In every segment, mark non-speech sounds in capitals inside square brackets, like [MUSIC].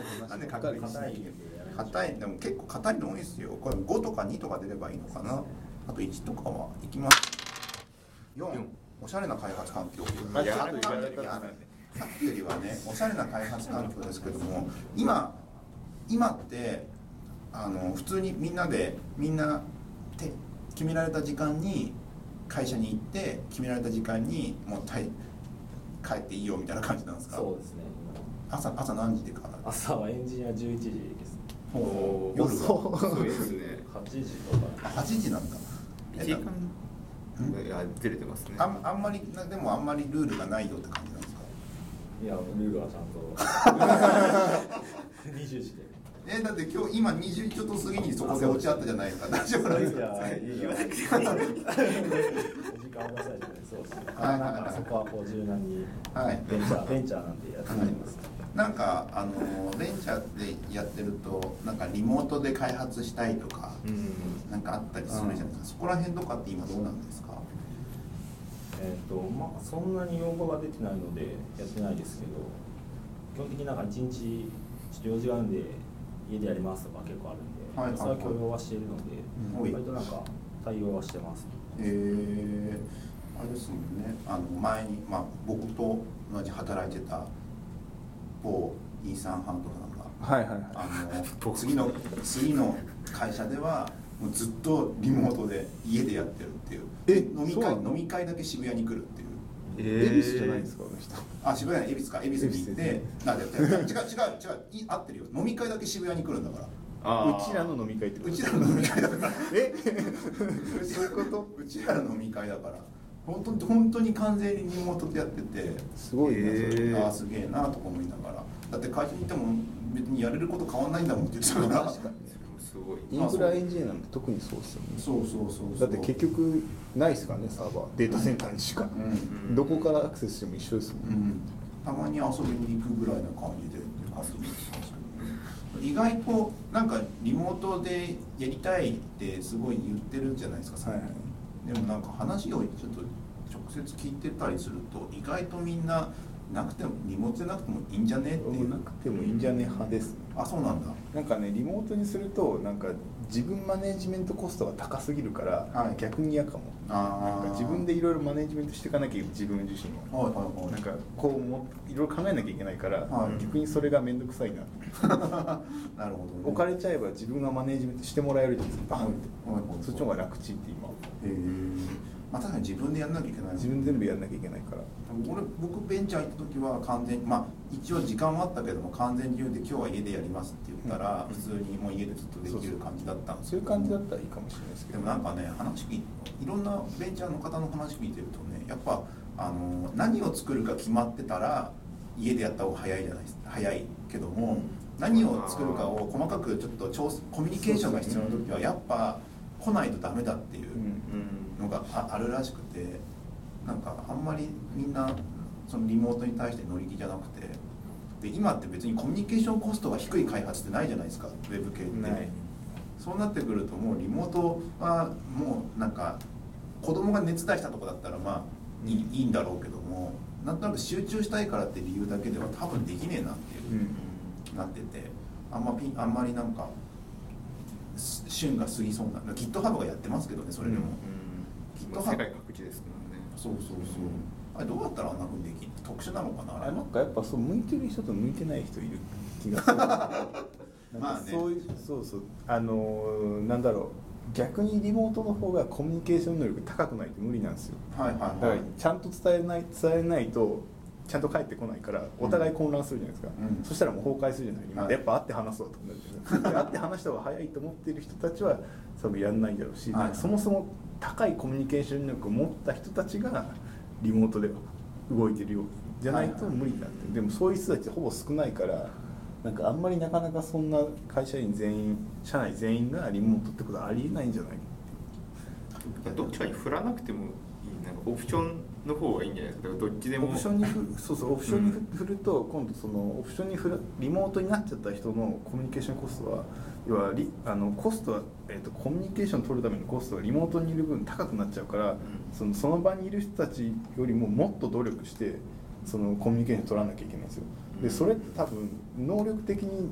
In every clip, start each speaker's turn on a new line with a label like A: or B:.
A: 硬いですね
B: 硬いでも結構硬いの多いですよこれ5とか2とか出ればいいのかなあと1とかはいきます4おしゃれな開発環境
A: まあちょっ
B: さ
A: と
B: っ
A: 言
B: き
A: わ
B: よ
A: れ
B: り
A: たら
B: はさっきよりはねおしゃれな開発環境ですけども今今ってあの普通にみんなでみんなて決められた時間に会社に行って決められた時間にもうたい帰っていいよみたいな感じなんですか
C: そうですね
B: 朝朝何時でから
C: 朝はエンジニア11時です
B: ほう夜は
D: そうですね。
C: 8時とか
B: あ8時なんだえ
D: 一時間いやずれてますね。
B: あんあんまりなでもあんまりルールがないよって感じなんですか
C: いやルールはちゃんと [LAUGHS] 20時で
B: えだって今日今20ちょっと過ぎにそこで落ち合ったじゃないですか大丈夫なんです
C: い
B: か
C: やいや
D: 言わなくて
C: 時間を出さないじゃないそうですね
B: はいはいはい
C: なんかそこはこう柔軟に
B: はい
C: ベンチャーベンチャーなんてやっています
B: なんかあのベンチャーでやってるとなんかリモートで開発したいとか、
D: うん。
B: なんかあったりするじゃないですか、そこら辺とかって今どうなんですか
C: えっ、とまあそんなに用語が出てないのでやってないですけど基本的になんか一日ちょっと用事があるんで家でやりますとか結構あるんで、
B: はいはいはい
C: それは許容はしているので、
B: うん
C: 割となんか対応はしてます、
B: えー、あれですもんねあの前に、まあ、僕と同じ働いてた某イーサン・ハントさんが
A: はいはいは
B: あの次の次の会社ではもうずっとリモートで家でやってるっていう
A: え
B: 飲み
A: そう
B: 会
A: なの
B: 飲み会だけ渋谷に来るっていう
D: え
A: い恵比寿じゃないんですかこの人
B: あ渋谷の恵比寿か恵比寿に行っ
A: 恵
B: てなんで違う違う違うい合ってるよ飲み会だけ渋谷に来るんだから
D: あ
A: う
D: ー
A: ちらの飲み会ってこと
B: うちらの飲み会だから
A: え
B: [LAUGHS] そういうことうちらの飲み会だから本当に本当に完全にリモートでやってて
A: すごいなそれ、
D: えー
B: ああすげえなとか思いながらだって会社に行っても別にやれること変わんないんだもんって言ってたから
A: 確かにね
D: すごい。
A: インフラエンジニアなんて特にそうですよね
B: そうそうそうそ
A: だ
B: う
A: って結局ないですからねサーバーデータセンターにしか、
B: うん
D: うん
A: どこからアクセスしても一緒ですもん、
B: うん、たまに遊びに行くぐらいな感じでっていう感じなんですけど、意外となんかリモートでやりたいってすごい言ってるじゃないですか、最近
A: はい
B: でもなんか話をちょっと直接聞いてたりすると意外とみんななくてもリモートでなくてもいいんじゃねってい
A: もう
B: う
A: なくてもいいんじゃね派ですね
B: あそうなんだ
A: なんかねリモートにするとなんか自分マネージメントコストが高すぎるから、
B: はい
A: 逆に嫌かもな
B: あ
A: んか
B: ー
A: 自分でいろいろマネージメントしていかなきゃ自分自身も
B: はいはいはい
A: なんかこうもいろいろ考えなきゃいけないから、
B: はい
A: 逆にそれが面倒くさいな、
B: なるほど、ね、
A: 置かれちゃえば自分がマネージメントしてもらえるじゃないですかバンって、
B: はいはいはい
A: そっちの方が楽ちんって今
B: へえまあ確かに自分でやんなきゃいけない
A: 自分全部やんなきゃいけないから
B: 俺僕ベンチャー行った時は完全にまあ一応時間はあったけども完全自由で今日は家でやりますって言ったら
A: うん
B: 普通にもう家でずっとできる感じだったんです
A: そう
B: よ
A: いう感じだったらいいかもしれないですけ
B: で
A: ど
B: もなんかね話聞いいろんなベンチャーの方の話聞いてるとねやっぱあの何を作るか決まってたら家でやった方が早いじゃないです早いけども何を作るかを細かくちょっと調整コミュニケーションが必要な時はやっぱ来ないとダメだっていう。
A: うん
D: うん。
B: のがああるらしくてなんかあんまりみんなそのリモートに対して乗り気じゃなくてで今って別にコミュニケーションコストが低い開発ってないじゃないですかウェブ系って
A: ない
B: そうなってくるともうリモートはもうなんか子供が熱出したとこだったらまあいい,、ん、いいんだろうけどもなんとなく集中したいからって理由だけでは多分できねえなっていうう、
A: ん
B: なっててあんまピンあんまりなんかす旬が過ぎそうな GitHub がやってますけどねそれでも。
D: うん。まあ世界各地ですからね。
B: そうそうそうあれどうやったらあんなふうにできる特殊なのかな
A: あ
B: あ
A: れ
B: れ
A: なんかやっぱそう向いてる人と向いてない人いる気 [LAUGHS] がする
B: ま
A: な
B: あ
A: んか
B: ね
A: そういうそうそうあのーなんだろう逆にリモートの方がコミュニケーション能力高くないと無理なんですよ
B: はい
A: だ
B: はい
A: か
B: は
A: ら
B: い
A: ちゃんと伝えない伝えないとちゃんと返ってこないからお互い混乱するじゃないですか、
B: うん
A: そしたらもう崩壊するじゃない、
B: はい
A: やっぱ会って話そうと思って
B: [LAUGHS]
A: 会って話した方が早いと思ってる人たちは多分やんないだろうし、
B: はい
A: そもそも高いコミュニケーション能力を持った人たちがリモートで動いてるようじゃないと無理だって、でもそういう人たちほぼ少ないからなんかあんまりなかなかそんな会社員全員社内全員がリモートってことはありえないんじゃない
D: どっちかに振らなくてもいいなんかオプションの方がいいんじゃないですか。だからどっちで
A: オ
D: も。
A: プションに振るそうそうオプションに振振ると今度そのオプションに振るリモートになっちゃった人のコミュニケーションコストは要はリあのコストは、えー、とコミュニケーション取るためのコストがリモートにいる分高くなっちゃうから、そのその場にいる人たちよりももっと努力してそのコミュニケーション取らなきゃいけないんですよでそれって多分能力的に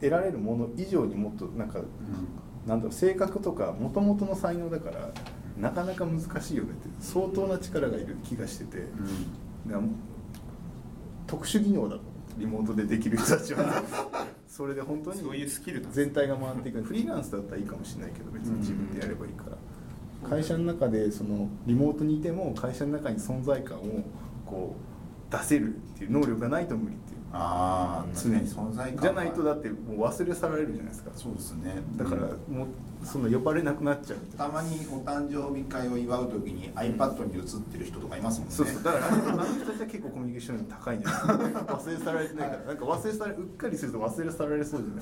A: 得られるもの以上にもっとなんか、なんだろう性格とかもともとの才能だからなかなか難しいよねって相当な力がいる気がしてて、だから特殊技能だとリモートでできる人た
D: [LAUGHS]
A: ちはそれで本当に
D: そういうスキルなんですね
A: 全体が回っていくフリーランスだったらいいかもしれないけど別に自分でやればいいから会社の中でそのリモートにいても会社の中に存在感をこう出せるっていう能力がないと無理っていう
B: ああ
A: 常に
B: 存在感
A: じゃないとだ
B: て
A: ってもう忘れ去られるじゃないですか
B: そうですね
A: だから
B: うん
A: もうその呼ばれなくなっちゃうみたいな
B: たまにお誕生日会を祝う時に iPad に映ってる人とかいますもんね
A: そうそうだからあの人たちは結構コミュニケーション能力高いんじゃないですか [LAUGHS] 忘れ去られてないからなんか忘れ去られうっかりすると忘れ去られそうじゃない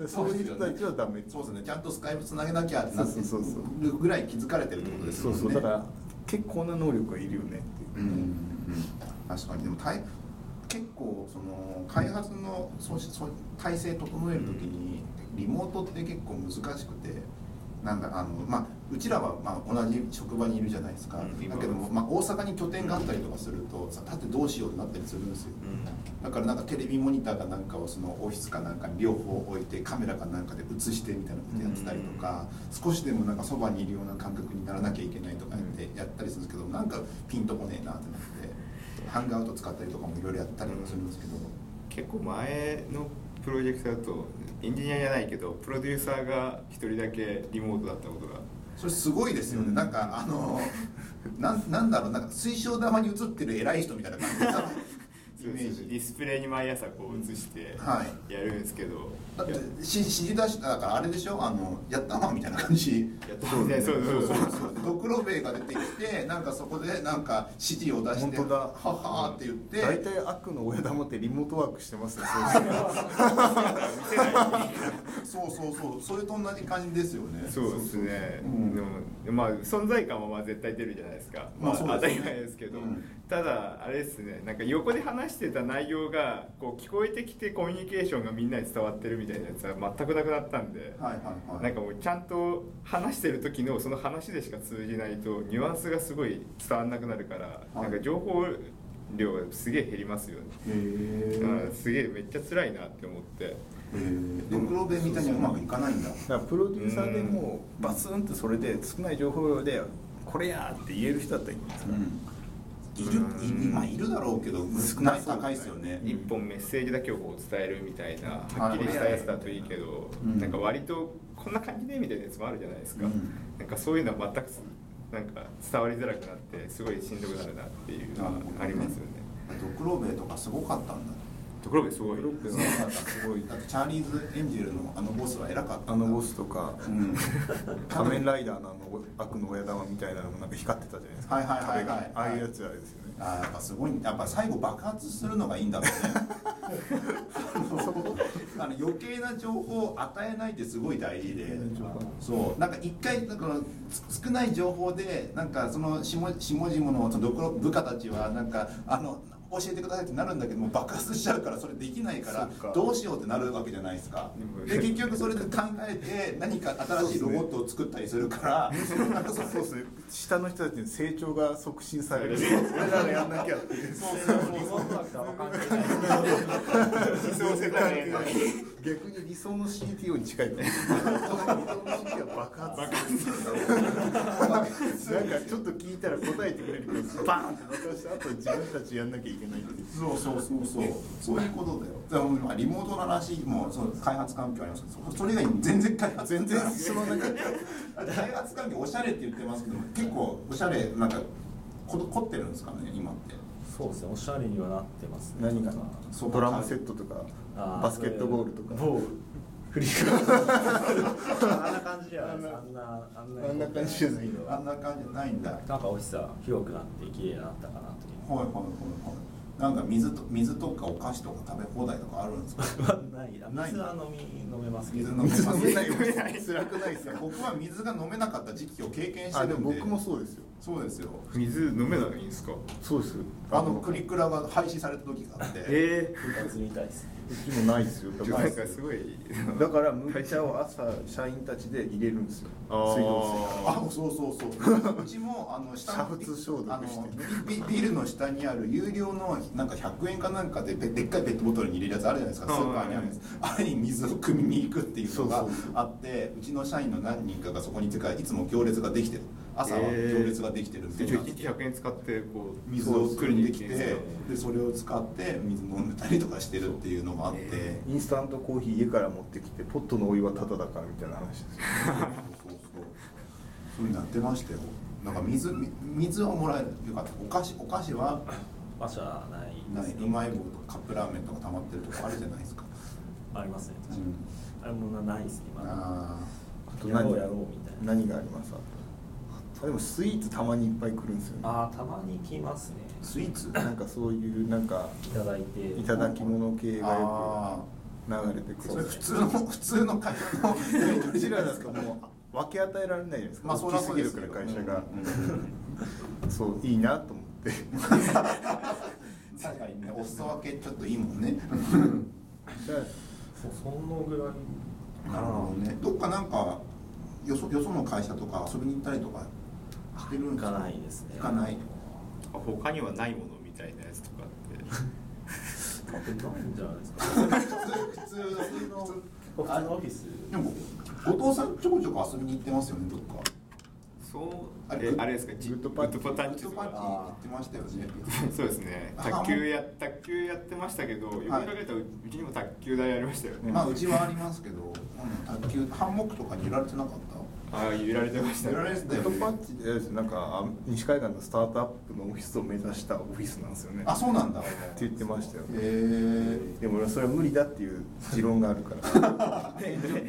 A: ですか [LAUGHS] そういう人たちはダメ
B: そうですねちゃんとスカイプつなげなきゃってなって
A: そうそうそう
B: るぐらい気づかれてるってことです
A: そ
B: もん
A: う
B: ね
A: そうだから結構な能力がいるよねっ
B: う
A: てい
B: んう
A: う
B: うん
A: ん
B: 確かにでもたい結構その開発のそうしそう体制整えるときにリモートって結構難しくてなんだあのまあうちらはまあ同じ職場にいるじゃないですか、
D: うん
B: だけども、まあ、大阪に拠点があったりとかするとさ立ってどうしようってなったりするんですよ、だからなんかテレビモニターかなんかをそのオフィスかなんかに両方置いてカメラかなんかで映してみたいなことやってたりとか、少しでもなんかそばにいるような感覚にならなきゃいけないとかやって、やったりするんですけどなんかピンとこねえなってなってハングアウト使ったりとかもいろいろやったりもするんですけど、
D: 結構前のプロジェクトだとエンジニアじゃないけどプロデューサーが一人だけリモートだったことが
B: それすごいですよね、
A: うん
B: なんかあのなんなんだろうなんか水晶玉に映ってる偉い人みたいな感じで [LAUGHS] さイメージ
D: ディスプレイに毎朝こう映して
B: は
D: やるんですけど、
B: だっ
D: や
B: てし指示出しただからあれでしょあのやったわみたいな感じ
D: やったんですねそうそうそう
B: ドクロベイが出てきてなんかそこでなんか指示を出して
A: 本当だ
B: はっはーって言って
A: 大体悪の親玉ってリモートワークしてますね
B: そうそうそうそれと同じ感じですよね
D: そうですね、
B: うん
D: でもまあ存在感はまあ絶対出るじゃないですか、
B: ま
D: ま
B: あ
D: あ
B: そう
D: 当
B: で
D: た
B: すね
D: り前ですけど、
B: うん
D: ただあれですねなんか横で話してた内容がこう聞こえてきてコミュニケーションがみんなに伝わってるみたいなやつは全くなくなったんで、
B: はいはいはい
D: なんかもうちゃんと話してる時のその話でしか通じないとニュアンスがすごい伝わんなくなるから、
B: はい
D: なんか情報量がすげえ減りますよね、
B: へえ
D: うんすげえめっちゃ辛いなって思って
B: ドクロベイみたいにはうまくいかないんだ
A: だからプロデューサーでもバスンってそれで少ない情報量でこれやーって言える人だったらいいんで
B: う
A: すか、
B: んいるいるまあいるだろうけど少ない高いですよね
D: 一本メッセージだけをこう伝えるみたいなはっきりしたやつだといいけど、
B: うん
D: なんか割とこんな感じでみたいなやつもあるじゃないですか、
B: うん
D: なんかそういうのは全くなんか伝わりづらくなってすごいしんどくなるなっていうのはありますよね。
B: ドクロベイとかすごかったんだ
D: ところがすごい
A: ブロック
B: す
A: の
B: ごかったすご
A: [LAUGHS]
B: いだってチャーリーズ・エンジェルのあのボスは偉かったんだ
A: あのボスとか、
B: うん
A: [LAUGHS] 仮面ライダーのあの悪の親玉みたいなのもなんか光ってたじゃないですか
B: はいはいはいはい
A: 壁がああいうやつあれですよね
B: あーやっぱすごいやっぱ最後爆発するのがいいんだろうねあのあの余計な情報を与えないってすごい大事で
A: 余計な情報
B: そうなんか一回だからつ少ない情報でなんかその下下々のそのどころ部下たちはなんかあの教えてくださいってなるんだけども爆発しちゃうからそれできないから
A: そうか
B: どうしようってなるわけじゃないですかで結局それで考えて何か新しいロボットを作ったりするからなんかそ
A: そうですね下の人たちに成長が促進される俺らがやんなきゃっていう
B: そう
C: リモートワークとは分かんないですけど
D: 思想世界の
A: [LAUGHS] 逆に理想の CTO に近いと思う理想の CTO は爆発 [LAUGHS] なんかちょっと聞いたら答えてくれるけどバーンって爆発した後自分たちやんなきゃいけないっていう
B: そうそうそうそうそういうことだよでもまあリモートの話もそう開発環境ありますけどそそれ以外に全然開発
A: 全然進まなかっ
B: 開発環境おしゃれって言ってますけど結構おしゃれなんかこ凝ってるんですかね今って
C: [LAUGHS] そうですねおしゃれにはなってますね
A: 何かな
B: そう
A: ドラムセットとか
C: あー
A: バスケットボールとか
C: そういうフリーカあんな感じじゃないですかあんなあんな
A: あんな感じじゃない
B: あんな感じじゃないんだはい
C: なんかオフィスは広くなって綺麗になったかなという
B: はいはいはいなんか水と水とかお菓子とか食べ放題とかあるんですか
C: ないな
B: ない
C: 水は飲み飲めますけど
B: 水飲めます
A: 飲めないよ辛くないですか
B: 僕は水が飲めなかった時期を経験して
A: あで
B: るん
A: も
B: で
A: 僕もそうですよ
B: そうですよ
D: 水飲めないんですか
A: そうです
B: あのクリクラが廃止された時があって、
D: え
C: 釣りたいですね
A: うちもないですよ
D: え
A: だ
D: ー、
A: か
D: な
A: ら
D: んかすごい
A: だから麦茶を朝社員たちで入れるんですよ
D: あー
A: 水道水
B: あそうそうそううちもあの下の
A: 煮沸消毒してね
B: あのビビビルの下にある有料のなんか100円かなんかでペでっかいペットボトルに入れるやつあるじゃないですかスーパーにあるんですあれに水を汲みに行くっていうのが
A: そうそうそう
B: あってうちの社員の何人かがそこにてかいつも行列ができてる朝は行列ができてるみたいな、
D: 一日100円使ってこう
B: 水を汲
D: 作り
B: ん
D: に
B: で
D: 行
B: き
D: く
B: て
D: んですけど
B: でそれを使って水飲んでたりとかしてるっていうのもあって、
D: え
A: インスタントコーヒー家から持ってきてポットのお湯はタダだからみたいな話ですよ
B: そうそうそう。そういうのやってましたよ。なんか水み水はもらえるよかった。お菓子お菓子は
C: 馬車ないで
B: な
C: す
B: いう
C: ね
B: まい棒とかカップラーメンとか溜まってるとこあるじゃないですか。
C: ありますね確かに、
B: うん
C: あれもなないですねまだ
B: あ
A: あと
C: やろ
A: 何
C: うやろうみたいな
A: 何がありますあとあでもスイーツたまにいっぱい来るんですよね
C: ああたまに来ますね
B: ースイーツ。
A: なんかそういうなんか
C: いただいて
A: いただき物系がよ
B: あ
A: く流れてく
B: ーそれ
A: る
B: 普通の普通の会社のやり取
A: う
B: り
A: ち
B: じゃな
A: ら
B: い
A: な
B: で
A: ん
B: す
A: か
B: か。 [LAUGHS]
A: もう分け与えられないじゃないですか、
B: まあそりゃ
A: 大き
B: そ
A: す
B: うで
A: ぎる
B: す
A: か
B: よ
A: ら会社が、
B: うんうんうん
A: そういいなと思って
B: [LAUGHS] 確かにね、お裾分けちょっといいもんね。
C: そうそのぐらい
B: なるほどね。どっかなんかよそよその会社とか遊びに行ったりとかしてるんです
C: 行かないですね
B: 行かない。
D: あ他にはないものみたいなやつとかって
C: 多分ないんじゃないですか
B: 普通の普通の
C: 普通のオフィス
B: でも後藤さんちょこちょこ遊びに行ってますよねどっか。
D: そう
B: あ
D: あ
B: れ
D: れあれですかじ
A: グッドパンチ
D: グッドパン
B: グ
D: チと
B: ッドパンチ
D: か
B: 行ってましたよね。
D: [LAUGHS] そうですね
B: あ
D: 卓球や卓球やってましたけどよく考えたらううちにも卓球台ありましたよね
B: まあうちはありますけど、うん卓球ハンモックとかに揺られてなかっ
D: ああ揺られてました
B: た。
D: ね
B: 揺られて
A: ネ
B: たよ
A: ットパ
B: ね
A: ッ。チでなんかあ西海岸のスタートアップのオフィスを目指したオフィスなんですよね
B: あそうなんだ。へ
A: って言ってましたよ
B: え。
A: でも俺はそれは無理だっていう持論があるから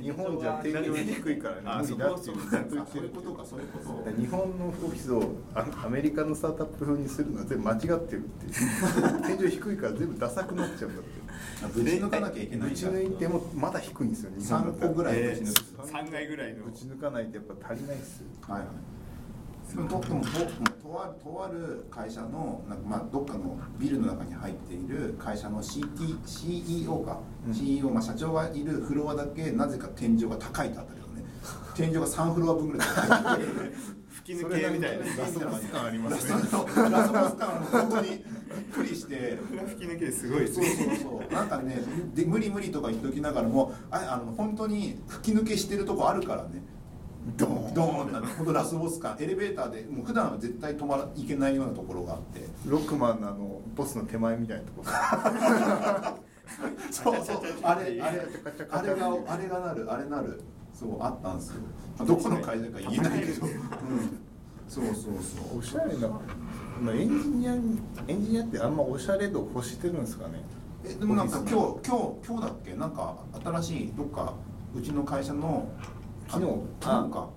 A: 日本じゃ定量低いから
D: あ
A: ね無理だって
D: そ
A: いう
D: こ
A: ずっと言
B: あ
A: って
B: そういう
A: る
B: ことかそういうこと。
A: 日本のオフィスをあアメリカのスタートアップ風にするのは全部間違ってるっていう天井低いから全部ダサくなっちゃうんだって
B: あぶち抜かなきゃいけない
A: ぶ
B: ん
A: ち
B: だ。
A: 抜いてもまだ低いんですよ日本だった
B: 三個ぐらい
D: え
B: ぶち抜
D: ー、
B: く
D: 3回ぐらいの
A: ぶち抜かないとやっぱ足りないっすよ
B: はいはい。でもとでもととあるとある会社のなんかまあどっかのビルの中に入っている会社の CT CEO か、
A: うん
B: CEO まあ社長がいるフロアだけなぜか天井が高いってあったけどね。天井が3フロア分ぐらい高い。
D: 吹き抜けみたいな
A: ラスボス感ありますね
B: [LAUGHS] ラス
A: [LAUGHS]
B: ボスラスボス感は本当にびっくりして。
D: 吹き抜けすごいです
B: そう
D: ね
B: そうそうなんかねで無理無理とか言っときながらもああの本当に吹き抜けしてるとこあるからねドーンドーンなんてほんとラスボス感エレベーターでもう普段は絶対止まらいけないようなところがあって
A: ロックマンのあのボスの手前みたいなとこ
B: そうそうあれあれあれがあれがなるあれなるそうあったんですよ、まあ、どこの会社か言えないけど、うん、そうそうそう
A: おしゃれな、まあ、エンジニアにエンジニアってあんまおしゃれ度欲してるんですかね
B: えでもなんか
A: オフィ
B: 今
A: ス
B: 日今日今日だっけなんか新しいどっかうちの会社の
A: 昨日
B: 昨日か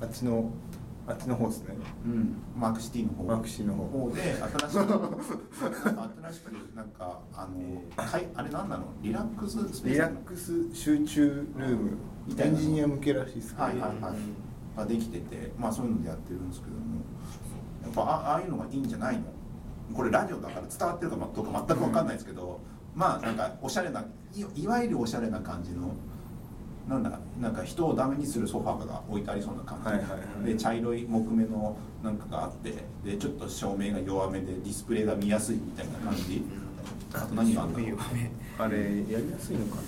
A: あっちのあっちの方ですね
B: うん、マークシティの方
A: マークシティの方
B: で新しくなんか新しくなんかあのかいあれなんだろうリラックススペース
A: リラックス集中ルーム
B: みた
A: エ
B: いな
A: ンジニア向けらしいです
B: は
A: か
B: いはい
A: ら、
B: はいができててまあそういうのでやってるんですけどもやっぱあああいうのがいいんじゃないのこれラジオだから伝わってるかどうか全く分かんないですけど、まあなんかおしゃれないいわゆるおしゃれな感じのなんだなんか人をダメにするソファーが置いてありそうな感じ、
A: はいはいはい
B: で茶色い木目のなんかがあってでちょっと照明が弱めでディスプレイが見やすいみたいな感じ、あと何があったの
A: あれやりやすいのかな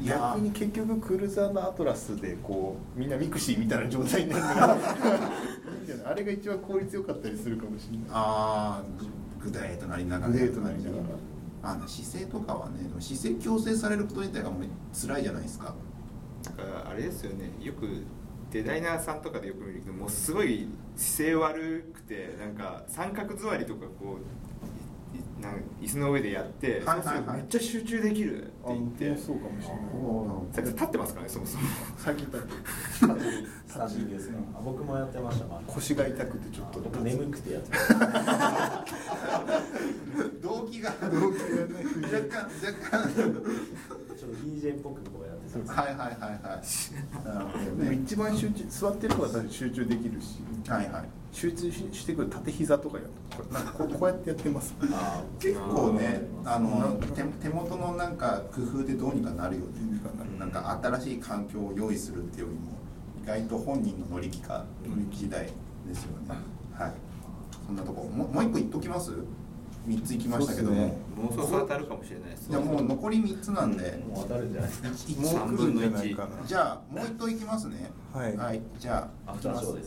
A: い
B: やー
A: 逆に結局クルーザーのアトラスでこうみんなミクシーみたいな状態になるからいいんじゃないあれが一番効率よかったりするかもしれない
B: ああグデーとなりながら
A: グデーとなりながら
B: あの姿勢とかはねでも姿勢矯正されること自体がもう辛いじゃないですか
D: なんかあれですよねよくデザイナーさんとかでよく見るけどもうすごい姿勢悪くてなんか三角座りとかこういいなんか椅子の上でやって、
B: はいはいはい
D: そうするとめっちゃ集中できるって
A: あ
D: 言
A: 本当
D: っ
A: に
D: て
A: そうかもしれない
D: さっき立ってますからねそもそも
A: 最近だって
C: [LAUGHS] スタジオですねあ僕もやってましたまあ
A: 腰が痛くてちょっと
C: 僕眠くてやってま
B: 動機が
A: 動機がね
B: 若干若
C: したちょっと DJ っぽくこうやってたんです
B: 干はいはいはいはいなるほど
A: でも
B: ね
A: 一番集中座ってる方は多分集中できるし
B: はいはい
A: 集中ししてくる縦膝とかやるこれなんかこうこうやってやってます
C: あ
B: 結構ねあの
A: うん
B: 手手元のなんか工夫でどうにかなるよねなんか新しい環境を用意するっていうよりも意外と本人の乗り気か乗り気次第ですよねはいそんなとこももう一個言っときます3ついきましたけども、
A: そう
D: も
A: っすね
D: うそろそろ当たるかもしれないです
B: いやもう残り3つなんで、
C: もう当たるんじゃないですか
A: もう来るんじゃないか
B: じゃあもう一頭いきますね
A: はい
B: じゃあ
C: アフターショーです